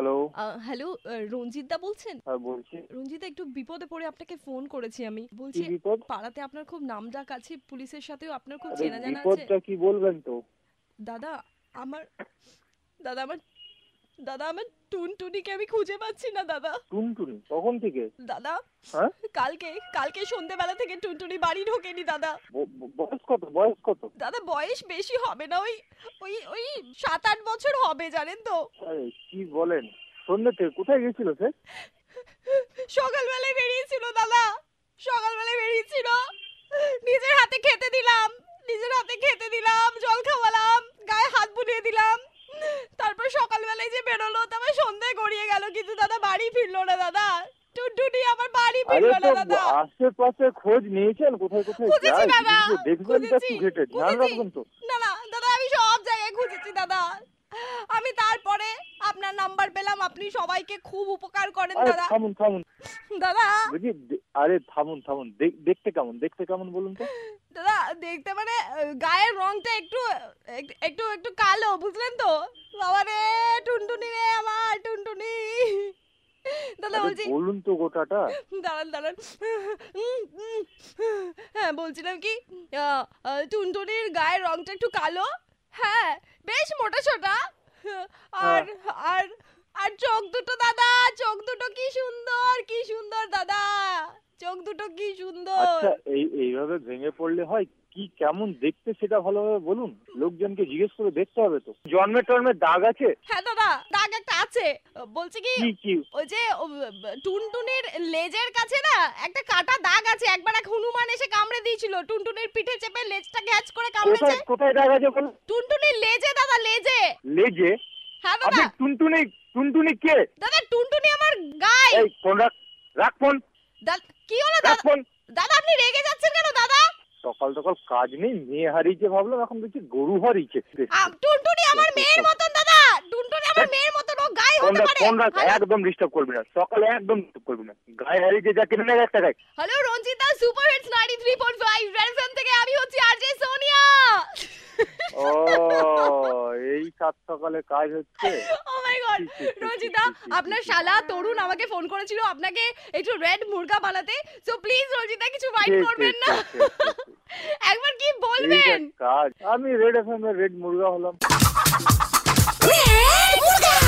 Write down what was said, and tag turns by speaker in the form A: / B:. A: Hello Ranjit দা বলছেন
B: হ্যাঁ বলছি
A: রঞ্জিত একটু বিপদে পড়ে আপনাকে ফোন করেছি আমি
B: কি
A: বলছি
B: বিপদ
A: পাড়াতে আপনার খুব নামডাক আছে পুলিশের সাথেও আপনার খুব
B: আরে
A: চেনা জানা আছে
B: বিপদটা কি বলবেন তো
A: দাদা আমার দাদা আমার দাদা আমার টুনটুনিকে আমি খুঁজে পাচ্ছি না দাদা
B: টুনটুনি কখন থেকে
A: দাদা
B: হ্যাঁ?
A: কালকে কালকে সন্ধ্যেবেলা থেকে টুনটুনি বাড়ি ঢোকেনি দাদা
B: ব- ব- বয়স কত বয়স কত
A: দাদা বয়স বেশি হবে না ওই ওই ওই সাত আট বছর হবে জানেন তো
B: আরে কি বলেন সন্ধ্যে থেকে কোথায় গেছিল সে
A: সকালবেলায় বেরিয়েছিল দাদা সকালবেলায় বেরিয়েছিল নিজের হাতে খেতে দিলাম নিজের হাতে খেতে দিলাম জল খাওয়ালাম গায়ে হাত বুলিয়ে দিলাম তারপর সকালবেলায় যে বেরোলো তারপর সন্ধে গড়িয়ে গেল কিন্তু দাদা বাড়ি ফিরলো না দাদা টুনটুনি আমার বাড়ি
B: আরে
A: ফিরলো না
B: তো
A: দাদা
B: আশেপাশে খোঁজ নিয়েছেন কোথায় কোথায়
A: খুঁজেছি
B: যায়
A: দাদা,
B: কিন্তু দেখবেন তো একটু
A: খুঁজেছি,
B: ঘেটে ধ্যান
A: খুঁজেছি।
B: রাখবেন তো
A: না না দাদা আমি সব জায়গায় খুঁজেছি দাদা আমি তারপরে আপনার নাম্বার পেলাম আপনি সবাইকে খুব উপকার করেন
B: আরে
A: দাদা
B: থামুন থামুন
A: দাদা
B: দেখি দে- আরে থামুন থামুন দেখ- দেখতে কেমন দেখতে কেমন বলুন তো
A: দাদা দেখতে মানে আহ, গায়ের রংটা একটু এক- একটু একটু কালো বুঝলেন তো বাবা রে টুনটুনি রে আমার টুনটুনি দাদা
B: আরে
A: বলছি
B: বলুন তো গোটাটা
A: দাঁড়ান দাঁড়ান উম, উম, হ্যাঁ বলছিলাম কি আহ, আহ, টুনটুনির গায়ের রংটা একটু কালো হ্যাঁ বেশ মোটা ছোটা আর আর আর চোখ দুটো দাদা চোখ দুটো কি সুন্দর কি সুন্দর দাদা চোখ দুটো কি সুন্দর
B: আচ্ছা এই এইভাবে ভেঙে পড়লে হয় কি কেমন দেখতে সেটা ভালোভাবে বলুন লোকজনকে জিজ্ঞেস করে দেখতে হবে তো জন্মে টন্মে দাগ আছে
A: হ্যাঁ দাদা দাগ একটা আছে বলছি কি
B: কি কি
A: ওই যে ও, টুনটুনির লেজের কাছে না একটা কাটা দাগ আছে একবার এক হনুমান এসে কামড়ে দিয়েছিল টুনটুনির পিঠে চেপে লেজটা গ্যাচ করে কামড়েছে
B: কোথায় কোথায় দাগ আছে বলুন
A: টুনটুনির লেজে দাদা লেজে
B: লেজে
A: হ্যাঁ
B: আপনি
A: দাদা
B: টুনটুনি টুনটুনি কে
A: দাদা টুনটুনি আমার গায়ে
B: এই ফোন রাখ রাখ ফোন
A: দাদা কি হলো
B: রাখ
A: দাদা
B: ফোন
A: দাদা আপনি রেগে যাচ্ছেন কেন দাদা
B: সকাল সকাল কাজ নেই মেয়ে হারিয়েছে ভাবলাম এখন দেখছি গরু হারিয়েছে
A: আম, টুনটুনি আমার মেয়ের মতন দাদা টুনটুনি আমার মেয়ের মতন ও গায়ে
B: ফোন
A: হতে
B: রাখ
A: পারে
B: ফোন রাখ একদম ডিস্টার্ব করবি না সকালে একদম ডিস্টার্ব করবি না গায়ে হারিয়েছে যা কিনে নেয় এক টাকায়
A: hello Ranjita super hits 93.5 red FM থেকে আমি হচ্ছি আরজে সোনিয়া
B: ও এই সাত সকালে কাজ হচ্ছে
A: ও মাই গড
B: ছি, ছি, ছি,
A: রঞ্জিতা
B: ছি, ছি, ছি,
A: আপনার
B: ছি।
A: শালা তরুণ আমাকে ফোন করেছিল আপনাকে একটু রেড মুরগা বানাতে সো প্লিজ রঞ্জিতা কিছু
B: ঠিক,
A: মাইন্ড
B: ঠিক,
A: করবেন না
B: ঠিক, ঠিক, ঠিক, ঠিক।
A: একবার কি
B: এই যে
A: বলবেন
B: কাজ আমি রেড এফএম এর রেড মুরগা হলাম
A: রেড মুরগা